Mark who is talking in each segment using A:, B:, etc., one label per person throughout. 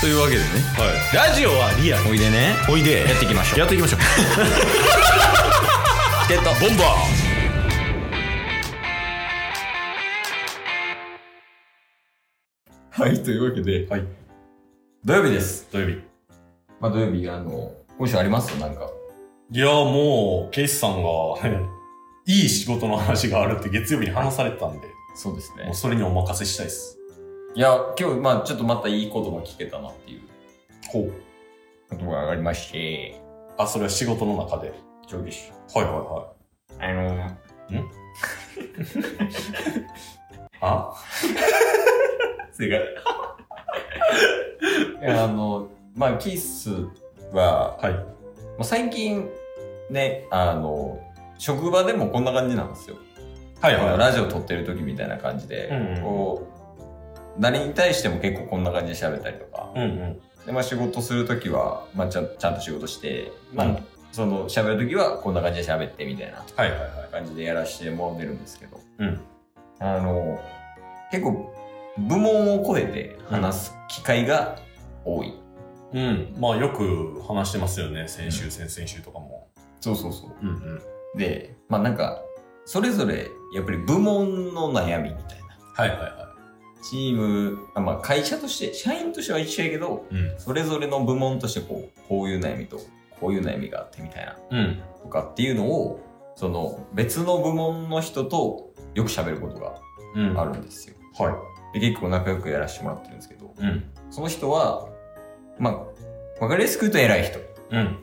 A: というわけでね
B: ラジオはリアル
A: おいでね
B: おいで
A: やっていきましょう
B: やっていきましょう
A: チケットボンバーはい、というわけで、
B: はい
A: 土曜日です。
B: 土曜日
A: まあ土曜日、あの、今週ありますなんか。
B: いやもうケイスさんがいい仕事の話があるって月曜日に話されてたんで
A: そうです
B: もう。それにお任せしたいです
A: いや、今日、まあちょっとまたいいことが聞けたなっていう
B: ほう
A: ことがありまして、
B: あそれは仕事の中ではい
A: 上下し。
B: はいは
A: あの、
B: いあ
A: す ごい。あの、まあキッスは、
B: はい
A: もう最近、ね、あの、職場でもこんな感じなんですよ。
B: はい
A: この
B: は
A: ラジオ撮ってる時みたいな感じで、
B: うんうん
A: こう誰に対しても結構こんな感じで喋ったりとか
B: いうんうん
A: で、まあ、仕事する時は、まあ、ちゃんちゃんと仕事して、まあ
B: うん
A: その喋る時はこんな感じで喋ってみたいな
B: はいはいはい
A: 感じでやらせてもらってるんですけど、
B: うん
A: あの結構部門を超えて話す機会が多い、
B: うんまあよく話してますよね先週、先々週とかも
A: そうそうそ
B: うんうん
A: うでまあなんかそれぞれやっぱり部門の悩みみたいな
B: はいはいは
A: チーム、あまあ、会社として社員としては一緒やけど
B: いうん
A: それぞれの部門としてこう、こういう悩みと、こういう悩みがあってみたいな、
B: うん
A: とかっていうのを、その別の部門の人とよく喋ることが
B: うん
A: あ
B: る
A: るんですよ。
B: は
A: で結構仲良くやらせてもらってるんですけど、
B: いうん
A: その人は、まあ、わかりやすく言うと偉い人。
B: うん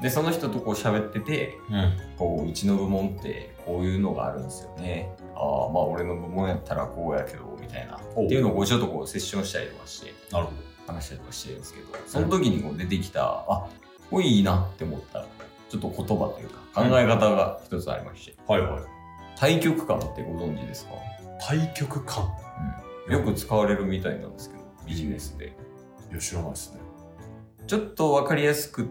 A: で、その人とこう喋ってて、
B: うん
A: こう、うちの部門ってこういうのがあるんですよね。ああ、まあ俺の部門やったらこうやけど、みたいな。っ
B: お
A: ていうのをこうちょっとこうセッションしたりとかして、
B: なるほ
A: 話したりとかしてるんですけど、その時にこう出てきた、あ、これいいなって思った、ちょっと言葉というか、考え方が一つありまして、
B: どはいはい
A: 対極観ってご存知ですか、
B: 対極感
A: よく使われるみたいなんですけど、ビジネスで。
B: いや知らないですね
A: ちょっとわかりやすく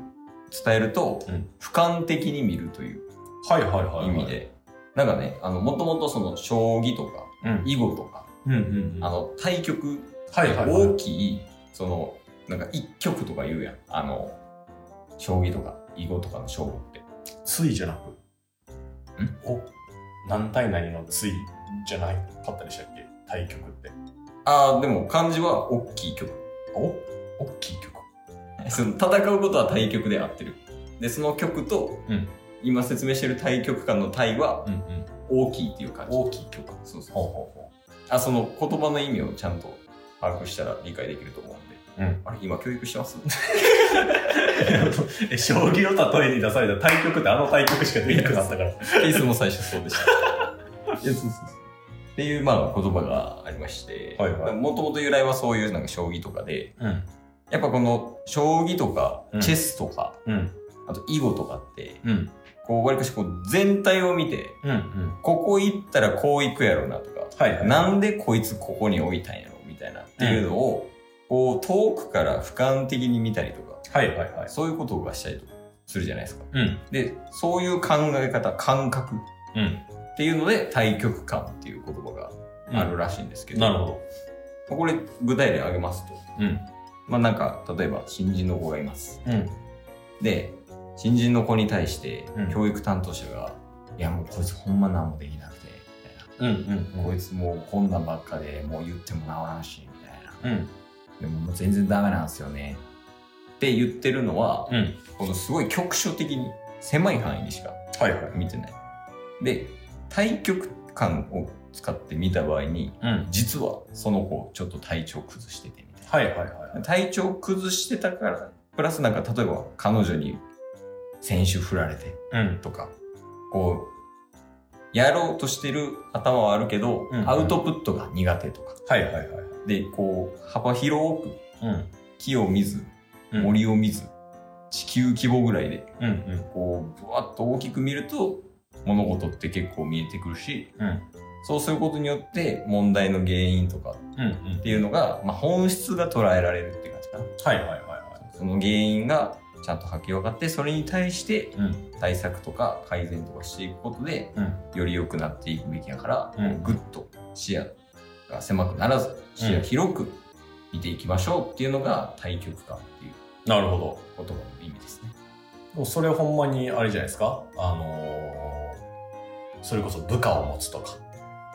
A: 伝えると、
B: うん
A: 俯瞰的に見るという
B: はいはいはい、はい、
A: 意味で、なんかね、あの、もともとその、将棋とか、
B: うん
A: 囲碁とか、
B: うんうんうん
A: あの、対極、
B: はいはいはい
A: 大きい、その、なんか一局とか言うやん。あの、将棋とか、囲碁とかの勝負って。
B: ついじゃなく
A: ん
B: お何対何のついじゃないかったでしたっけ対局って
A: ああ、でも漢字は大きい曲。
B: お大きい曲
A: その戦うことは対局で合ってる。で、その曲と、
B: うん
A: 今説明してる対局間の対は
B: うんうん
A: 大きいっていう感じ。
B: 大きい曲
A: そうそう
B: ほう
A: そう
B: ほうほ
A: あ、その言葉の意味をちゃんと把握したら理解できると思うんで。
B: うん
A: あれ、今教育してます
B: う え将棋を例えに出された対局ってあの対局しかできなかったから
A: ケースも最初そうでした。いや、そうそうそう。っていう、まあ、言葉がありまして、
B: はいはい
A: もともと由来はそういうなんか将棋とかで、
B: うん
A: やっぱこの将棋とか
B: う、ん
A: チェスとか、
B: うん
A: あと囲碁とかって、
B: うん
A: こう、わりかしこう全体を見て、
B: うんうん
A: ここ行ったらこう行くやろうなとか、
B: はいはい
A: なんでこいつここに置いたんやろみたいなっていうのを、こう遠くから俯瞰的に見たりとか、
B: はいはいはい
A: そういうことがしたりとかするじゃないですか。
B: うん
A: で、そういう考え方、感覚
B: うん
A: っていうので、対極観っていう言葉があるらしいんですけど、
B: なるほど
A: これ具体例挙げますと、
B: うん
A: まあなんか、例えば新人の子がいます。
B: うん
A: で、新人の子に対して
B: うん
A: 教育担当者が、いやもうこいつほんま何もできなくて、みたいな。
B: うん
A: こいつもうこんなんばっかでもう言っても治らんしみたいな
B: うんうん
A: でももう全然ダメなんですよねって言ってるのは、
B: うん
A: このすごい局所的に狭い範囲にしか
B: はいはい
A: 見てないで対極感を使って見た場合に
B: うん
A: 実はその子ちょっと体調崩しててみたい
B: はいはいは
A: な体調崩してたからプラスなんか例えば彼女に先週振られて
B: いうん
A: とかこうやろうとしてる頭はあるけど、
B: うんうん
A: アウトプットが苦手とか
B: はいはいはい
A: でこう幅広く
B: うん
A: 木を見ず
B: うん
A: 森を見ず、地球規模ぐらいで
B: うんうん
A: こうぶわっと大きく見ると物事って結構見えてくるし
B: うん
A: そうすることによって問題の原因とかっ
B: うんうん
A: ていうのが、まあ、本質が捉えられるっていう感じかな
B: はいはいはいは
A: その原因がちゃんとはっきり分かってそれに対して
B: いうん
A: 対策とか改善とかしていくことで
B: うん
A: より良くなっていくべきだから、
B: うん
A: ぐっと視野が狭くならず視野広く見ていきましょうっていうのが対極観っていう
B: なるほど。
A: 言葉の意味ですね。
B: もうそれほんまにあれじゃないですかあのーそれこそ部下を持つとか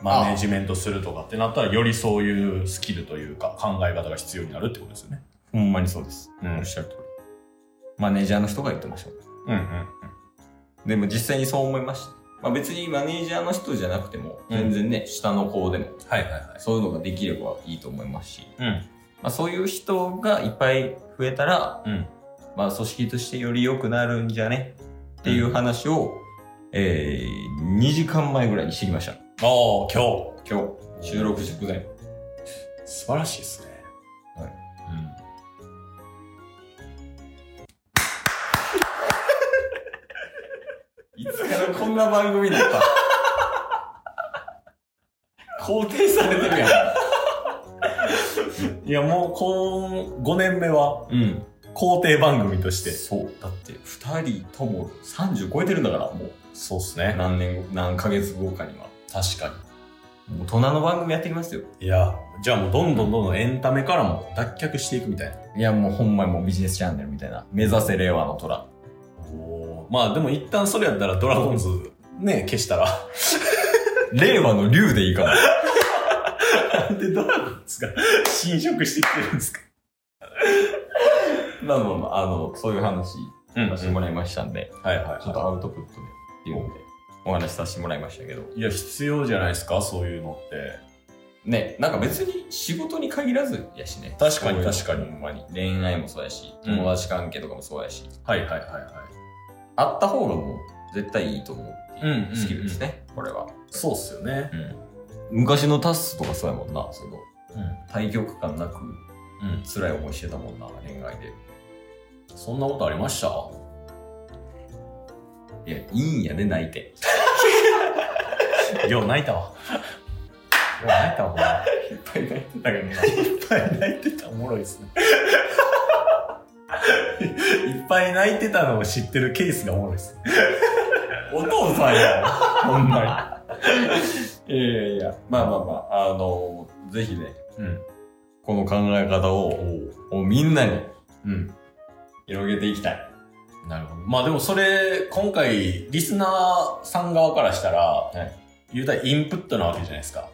B: マネジメントするとかってなったらよりそういうスキルというか考え方が必要になるってことですよね。
A: ほんまにそうです。
B: うん
A: おっしゃる通り。マネージャーの人が言ってました。
B: うんうん
A: でも実際にそう思いました。まあ別にマネージャーの人じゃなくても、
B: うん
A: 全然ね、下の子でも、
B: はいはいはい。
A: そういうのができればいいと思いますし、
B: うん
A: まあそういう人がいっぱい増えたら、
B: うん
A: まあ組織としてより良くなるんじゃねっていう話を、えー、2時間前ぐらいにしてきました。
B: おー今
A: 今日、収録直前。
B: 日素晴らしいですね。
A: はいいつからこんな番組だった肯定されてるやん。
B: うん、いやもう今5年目は
A: うん。
B: 肯定番組として
A: そう。だって、二人とも30超えてるんだから、もう。
B: そうですね
A: 何年後、何ヶ月後かには。
B: 確か
A: 大人の番組やってきますよ。
B: にいやじゃあもうどんどんどんどんエンタメからも脱却していくみたいない
A: や、もうほんまにもうビジネスチャンネルみたいな。目指せ令和の虎。
B: おーまあでも一旦それやったらドラゴンズね消したら
A: 令和の竜でいいかな。
B: なんでドラゴンズが 侵食してきてるんですか
A: まあまあまあ、あの、そういう話
B: うん
A: させてもらいましたんで、
B: はいはい
A: ちょっ
B: は
A: とアウトプットでっていうので、お話しさせてもらいましたけど。
B: いいや必要じゃないですかそういうのって
A: ね、なんか別に仕事に限らずやしね。
B: 確か
A: そういう
B: に
A: の
B: 確かに
A: ほんまに。恋愛もそうやし、
B: うん
A: 友達関係とかもそうやし、
B: はいはいはいはい
A: あった方がもう絶対いいと思うって
B: うんうん
A: い
B: うん
A: うスキルですね、これは。
B: そうっすよね
A: 昔のタッスとかそうやもんな、すごい。
B: う
A: 対極感なく
B: ん、うん、
A: 辛い思いしてたもんな、恋愛で。
B: そんなことありました
A: いや、いいんやで、泣いて。
B: よう泣いたわよう泣いたわ
A: いっぱい泣いてたからね。
B: いっぱい泣いてたおもろいですね いっぱい泣いてたのを知ってるケースがおもろいです
A: お父さんやほんまに。いやいやいや、まあまあまあ、あの、ぜひね、
B: うん
A: この考え方を、をみんなに
B: うん
A: 広げていきたい。
B: なるほど。まあでもそれ、今回、リスナーさん側からしたら、
A: い
B: 言うたらインプットなわけじゃないですか。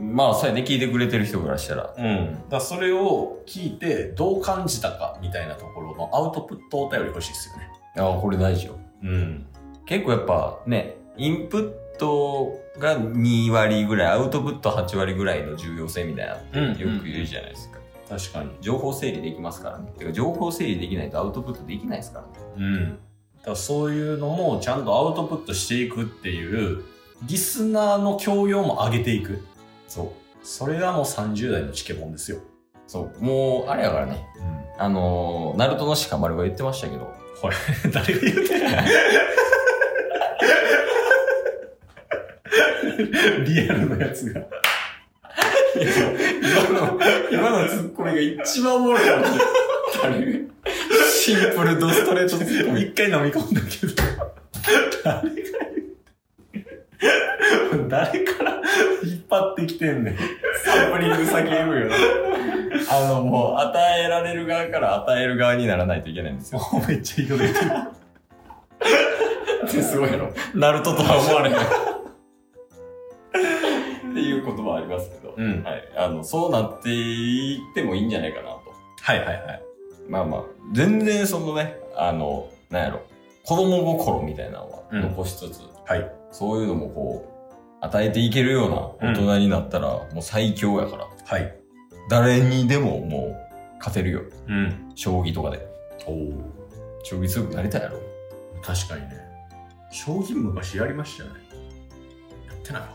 A: まあ、そうやね、聞いてくれてる人からしたら。
B: うん。だからそれを聞いて、どう感じたか、みたいなところのアウトプットお便り欲しいですよね。
A: ああ、これ大事よ。
B: うん。
A: 結構やっぱね、インプットが2割ぐらい、アウトプット8割ぐらいの重要性みたいなって
B: うん
A: よく言うじゃないですか。
B: 確かに。
A: 情報整理できますからね。てか情報整理できないとアウトプットできないですからね。
B: うん。だからそういうのもちゃんとアウトプットしていくっていう、リスナーの教養も上げていく。
A: そう。
B: それがもう30代のチケボンですよ。
A: そう。もう、あれやからね。
B: うん。
A: あのー、ナルトの鹿丸が言ってましたけど、
B: 誰が言ってるリアルなやつが。
A: 今の、今のツッコミが一番おもろいなシンプルドストレートツッコミ。
B: 一回飲み込んだけど。誰が言う誰から引っ張ってきてんねん。
A: サンプリング先言うよ。あの、もう、与えられる側から与える側にならないといけないんですよ。
B: も うめっちゃ言うてる。
A: ってすごいやろ。ナルトとは思われへん。っていう言葉ありますけど、
B: うん。
A: はい。あの、そうなっていってもいいんじゃないかなと。
B: はいはいはい。
A: まあまあ、全然そのね、あの、なんやろ、子供心みたいなのは
B: うん
A: 残しつつ、
B: はい。
A: そういうのもこう、与えていけるような大人になったら、もう最強やから、
B: はい。
A: 誰にでももう勝てるよ。
B: うん。
A: 将棋とかで。
B: おお。
A: 将棋強くなりたいやろ。
B: 確かにね。将棋昔やりましたよね。やってないわ。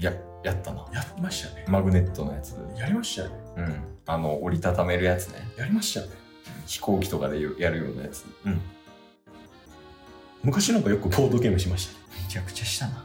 A: いや、やったな。
B: やりましたね。
A: マグネットのやつ。う
B: やりましたよね。
A: ん。あの、折りたためるやつね。
B: やりましたよね。
A: 飛行機とかでやるようなやつ。
B: 昔なんかよくボードゲームしましたね。
A: めちゃくちゃしたな。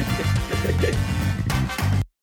C: す